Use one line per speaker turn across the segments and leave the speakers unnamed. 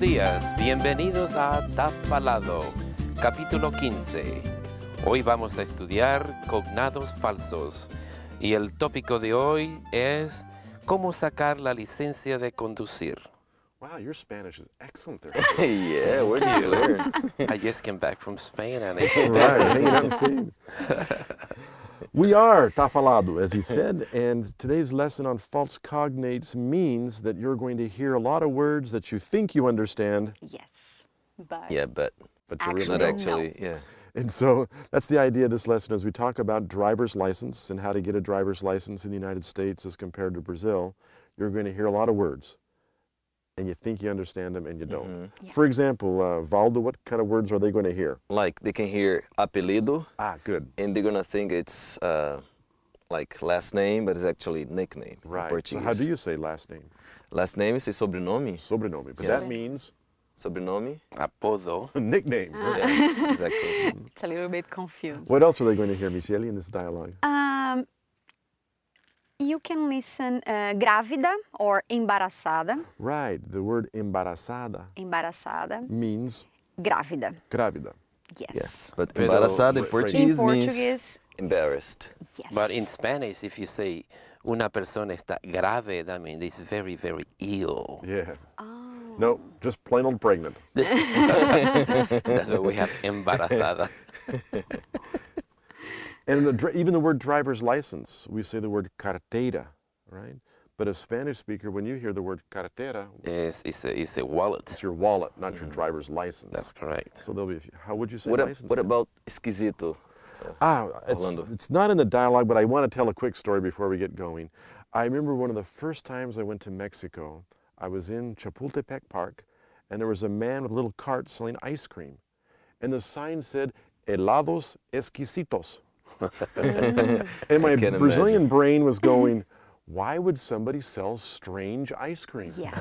días, bienvenidos a Tafalado, capítulo 15. Hoy vamos a estudiar cognados falsos y el tópico de hoy es cómo sacar la licencia de conducir.
Wow, your Spanish is excellent there.
yeah, where do you learn?
I just came back from Spain and it's
right, hanging out in Spain. We are Tafalado, as he said, and today's lesson on false cognates means that you're going to hear a lot of words that you think you understand,
Yes, but
Yeah, but
but you're
Actually,
really
not
no.
actually. Yeah.
And so that's the idea of this lesson as we talk about driver's license and how to get a driver's license in the United States as compared to Brazil. You're going to hear a lot of words, and you think you understand them, and you don't.
Yeah.
For example, uh, Valdo, what kind of words are they going to hear?
Like they can hear apelido
Ah, good.
and they're gonna think it's uh, like last name, but it's actually nickname. in
Right. So
Portuguese.
how do you say last name?
Last name is sobrenome.
Sobrenome, but
Yeah.
that means
Sobrenome.
apodo.
nickname.
Uh-huh.
Ah.
Yeah, exactly.
it's a little bit confused.
What else are they going to hear, Michele, in this dialogue?
Um, you can listen uh, grávida or embaraçada.
Right. The word embarazada
Embaraçada,
means
grávida.
grávida.
Yes.
Yes. But
Pero- wait,
embarazada in
wait.
In
Portuguese means
Portuguese,
embarrassed.
yes.
But in Spanish, if you say una persona está grave, that means it's very, very ill.
Yeah.
Oh.
No, just plain old pregnant.
That's why we have embarazada.
And the, dri- even the word driver's license, we say the word cartera, right? But a Spanish speaker, when you hear the word cartera,
It's, it's, a, it's a wallet.
it's your wallet, not your driver's license.
That's correct.
so there'll be. a few- How would you say
What, ab-
license?
what
then?
about esquisito?
Ah, it's,
Orlando.
it's not in the dialogue, but I want to tell a quick story before we get going. I remember one of the first times I went to Mexico, I was in Chapultepec Park, and there was a man with a little cart selling ice cream. And the sign said, helados exquisitos. and my
can
Brazilian brain was going, why would somebody sell strange ice cream?
Yes.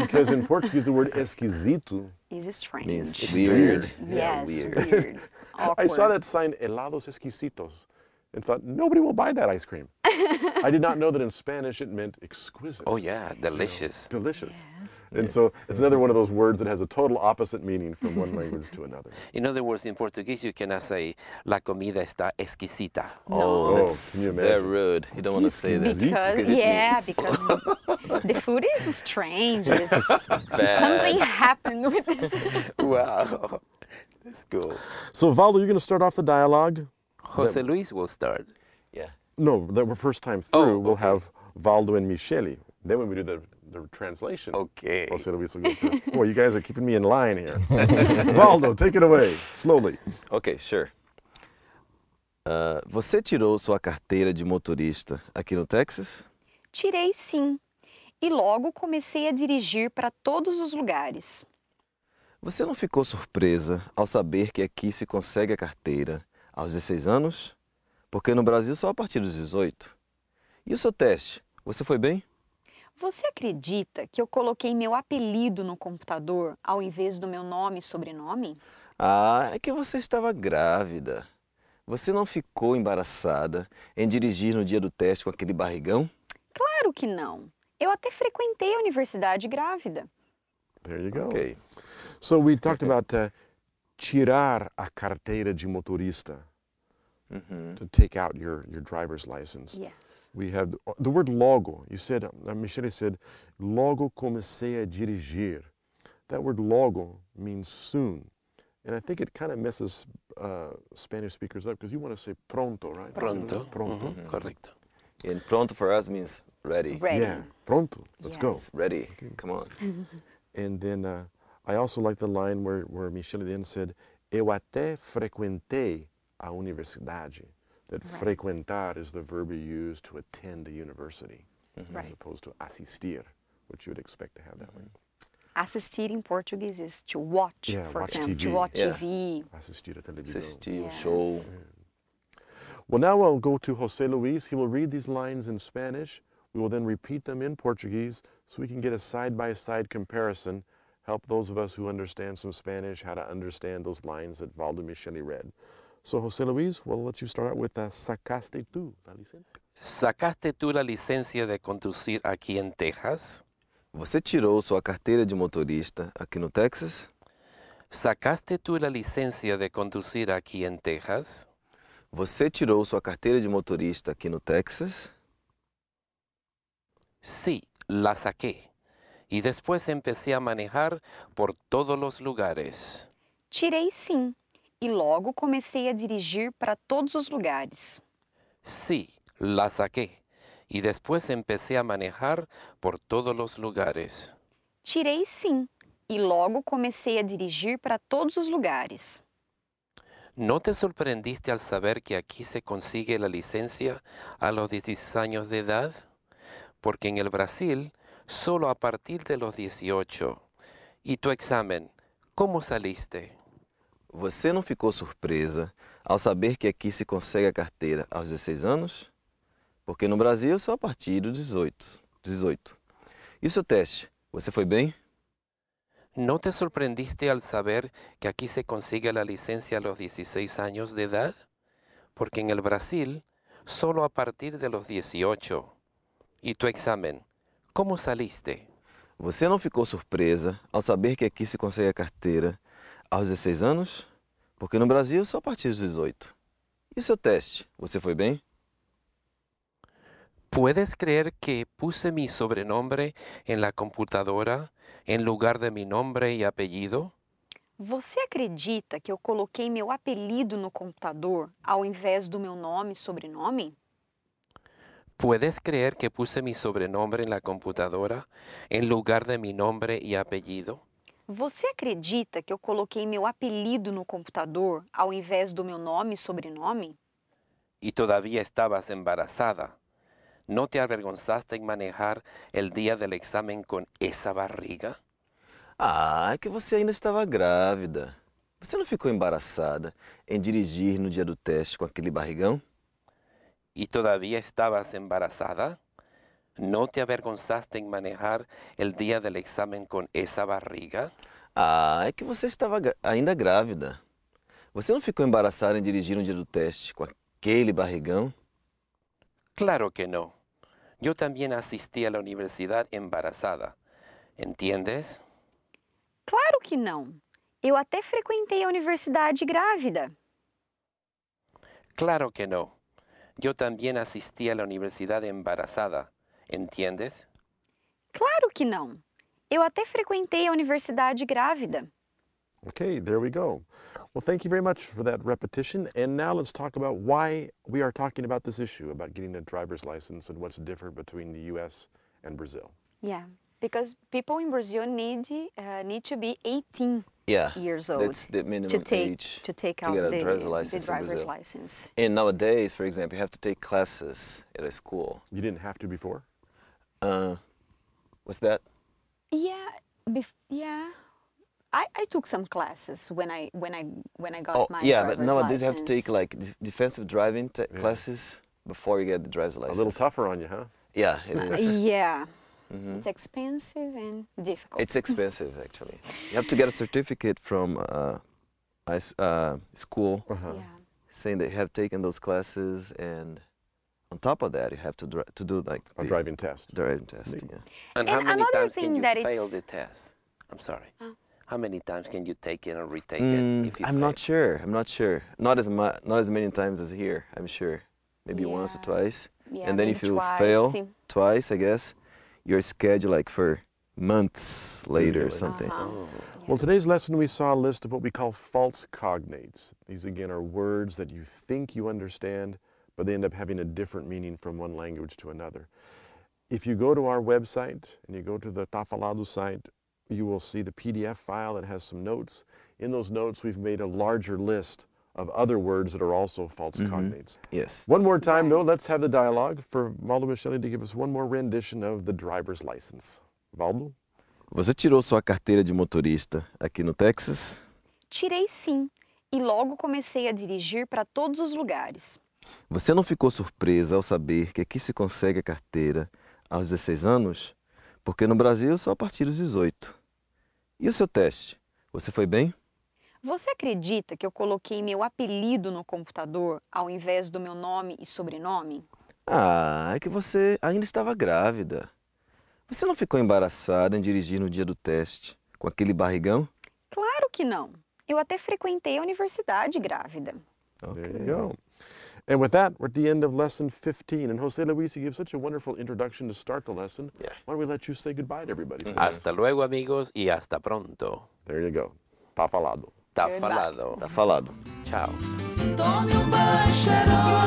Because in Portuguese, the word esquisito.
Is strange.
Means
yes,
weird. Yeah, weird.
weird. Awkward.
I saw that sign, helados exquisitos, and thought, nobody will buy that ice cream. I did not know that in Spanish it meant exquisite.
Oh, yeah, delicious.
Delicious. And so it's another one of those words that has a total opposite meaning from one language to another.
In other words, in Portuguese, you cannot say la comida está exquisita.
Oh,
Oh,
that's
can you
very
imagine?
rude. You don't want to say that.
Because,
Esquisito
yeah,
means-
because the food is strange. It's- something happened with this.
Wow. That's cool.
So, Valdo, you're going to start off the dialogue?
Jose Luis will start.
Yeah.
No, that we're first time through, we'll have Valdo and Michele. Then when we do the, the translation,
Okay.
Jose Luis will go first. Boy, you guys are keeping me in line here. Valdo, take it away, slowly.
Ok, sure. Ah, você tirou sua carteira de motorista aqui no Texas?
Tirei sim. E logo comecei a dirigir para todos os lugares.
Você não ficou surpresa ao saber que aqui se consegue a carteira aos 16 anos? Porque no Brasil só a partir dos 18. E o seu teste? Você foi bem?
Você acredita que eu coloquei meu apelido no computador ao invés do meu nome e sobrenome?
Ah, é que você estava grávida. Você não ficou embaraçada em dirigir no dia do teste com aquele barrigão?
Claro que não. Eu até frequentei a universidade grávida.
There you go.
Ok.
So we talked about uh, tirar a carteira de motorista,
Uhum.
to take out your, your driver's license.
Yes.
We have the, the word logo. You said, uh, Michele said, logo comecei a dirigir. That word logo means soon. And I think it kind of messes uh, Spanish speakers up because you want to say pronto, right?
Pronto.
Pronto.
Ujú, Correcto.
And pronto for us means ready.
Ready.
Yeah, pronto. Let's go.
It's ready. Come on.
And then uh, I also like the line where, where Michele then said, Eu até frequentei a universidade. That frequentar is the verb you use to attend a university as
Right.
opposed to assistir, which you would expect to have that way.
Assistir in Portuguese is to watch,
Yeah,
for
watch
example,
TV.
to watch
Yeah.
TV.
Assistir a televisão.
Assistir um
Yes.
show.
Well, now I'll go to Jose Luis. He will read these lines in Spanish. We will then repeat them in Portuguese so we can get a side by side comparison. Help those of us who understand some Spanish how to understand those lines that Valdo Micheli read. So, Jose Luis, we'll let you start out with uh, Sacaste tu la licencia.
¿Sacaste tú la licencia de conducir aquí en Texas?
Você tirou sua carteira de motorista aqui no Texas?
¿Sacaste tú la licencia de conducir aquí en Texas?
Você tirou sua carteira de motorista aqui no Texas?
Sí, la saqué. Y después empecé a manejar por todos los lugares.
Tirei sim, e logo comecei a dirigir para todos os lugares.
Sí, la saqué. Y después empecé a manejar por todos los lugares.
Tirei sim, e logo comecei a dirigir para todos os lugares.
¿No te sorprendiste al saber que aquí se consigue la licencia a los 16 años de edad? Porque en el Brasil, solo a partir de los 18. ¿Y tu examen? ¿Cómo saliste?
Você não ficou surpresa ao saber que aqui se consegue a carteira aos 16 anos? Porque no Brasil é só a partir dos 18. 18. E seu é teste? Você foi bem?
¿No te sorprendiste al saber que aquí se consigue la licencia a los 16 años de edad? Porque en el Brasil, solo a partir de los 18. ¿Y tu examen? ¿Cómo saliste?
Você não ficou surpresa ao saber que aqui se consegue a carteira aos 16 anos? Porque no Brasil é só a partir dos 18. E seu teste? Você foi bem?
¿Puedes creer que puse mi sobrenombre en la computadora en lugar de mi nombre y apellido?
Você acredita que eu coloquei meu apelido no computador ao invés do meu nome e sobrenome?
¿Puedes creer que puse mi sobrenombre en la computadora en lugar de mi nombre y apellido?
Você acredita que eu coloquei meu apelido no computador ao invés do meu nome e sobrenome?
Y todavía estabas embarazada. ¿No te avergonzaste en manejar el día del examen con esa barriga?
Ah, é que você ainda estava grávida. Você não ficou embaraçada em dirigir no dia do teste com aquele barrigão?
¿Y todavía estabas embarazada? ¿No te avergonzaste en manejar el día del examen con esa barriga?
Ah, é que você estava gra- ainda grávida. Você não ficou embaraçada em dirigir no dia do teste com aquele barrigão?
Claro que no. Yo también asistí a la universidad embarazada. ¿Entiendes?
Claro que não. Eu até frequentei a universidade grávida.
Claro que no. Yo también asistí a la universidad embarazada. ¿Entiendes?
Claro que não. Eu até frequentei a universidade grávida.
Okay, there we go. Well, thank you very much for that repetition. And now let's talk about why we are talking about this issue about getting a driver's license and what's different between the U.S. and Brazil.
Yeah, because people in Brazil need uh, need to be 18
Yeah,
years old
that's the minimum
to take
age
to take
to
out
get a
the
driver's
the
license in
driver's
Brazil.
license.
And nowadays, for example, you have to take classes at a school.
You didn't have to before?
Uh, what's that?
Yeah, bef- yeah. I, I took some classes when I when I when I got
oh,
my
yeah,
driver's
but nowadays you have to take
license.
like de- defensive driving te- classes before you get the driver's
A
license.
little tougher on you, huh?
Yeah, it is. Mm-hmm.
Yeah, it's expensive and difficult.
Hmm. it's expensive actually. You have to get a certificate from uh, a s- uh, school
Uh-huh.
yeah.
saying that you have taken those classes, and on top of that, you have to dri- to do like
A
the
driving test.
driving test. Yeah.
And, how
And
many
another
times
thing
can you
that
fail
it's-
the test? I'm sorry.
Oh.
How many times can you take it and retake
Mm,
it? If you
I'm not
fail?
sure. I'm not sure. Not as mu- not as many times as here. I'm sure. Maybe once or
Yeah.
twice.
Yeah,
and then
maybe
if you
twice.
fail twice, I guess you're scheduled like for months later or
Really?
something.
Uh-huh.
Well, today's lesson we saw a list of what we call false cognates. These again are words that you think you understand, but they end up having a different meaning from one language to another. If you go to our website and you go to the Tafalado site, you will see the PDF file that has some notes. In those notes, we've made a larger list of other words that are also false cognates.
Yes.
One more time, though, let's have the dialogue for Valdo Michele to give us one more rendition of the driver's license. Valdo?
Você tirou sua carteira de motorista aqui no Texas?
Tirei sim, e logo comecei a dirigir para todos os lugares.
Você não ficou surpresa ao saber que aqui se consegue a carteira aos 16 anos? Porque no Brasil é só a partir dos 18. E o seu teste? Você foi bem?
Você acredita que eu coloquei meu apelido no computador ao invés do meu nome e sobrenome?
Ah, é que você ainda estava grávida. Você não ficou embaraçada em dirigir no dia do teste, com aquele barrigão?
Claro que não. Eu até frequentei a universidade grávida.
There you go. And with that, we're at the end of lesson 15. And Jose Luis, you gave such a wonderful introduction to start the lesson.
Yeah.
Why don't we let you say goodbye to everybody?
Mm.
for now?
Hasta luego amigos y hasta pronto.
There you go. Tá falado.
Está
Goodbye.
falado.
Tá falado.
Tchau.
Tome um banho cheiroso.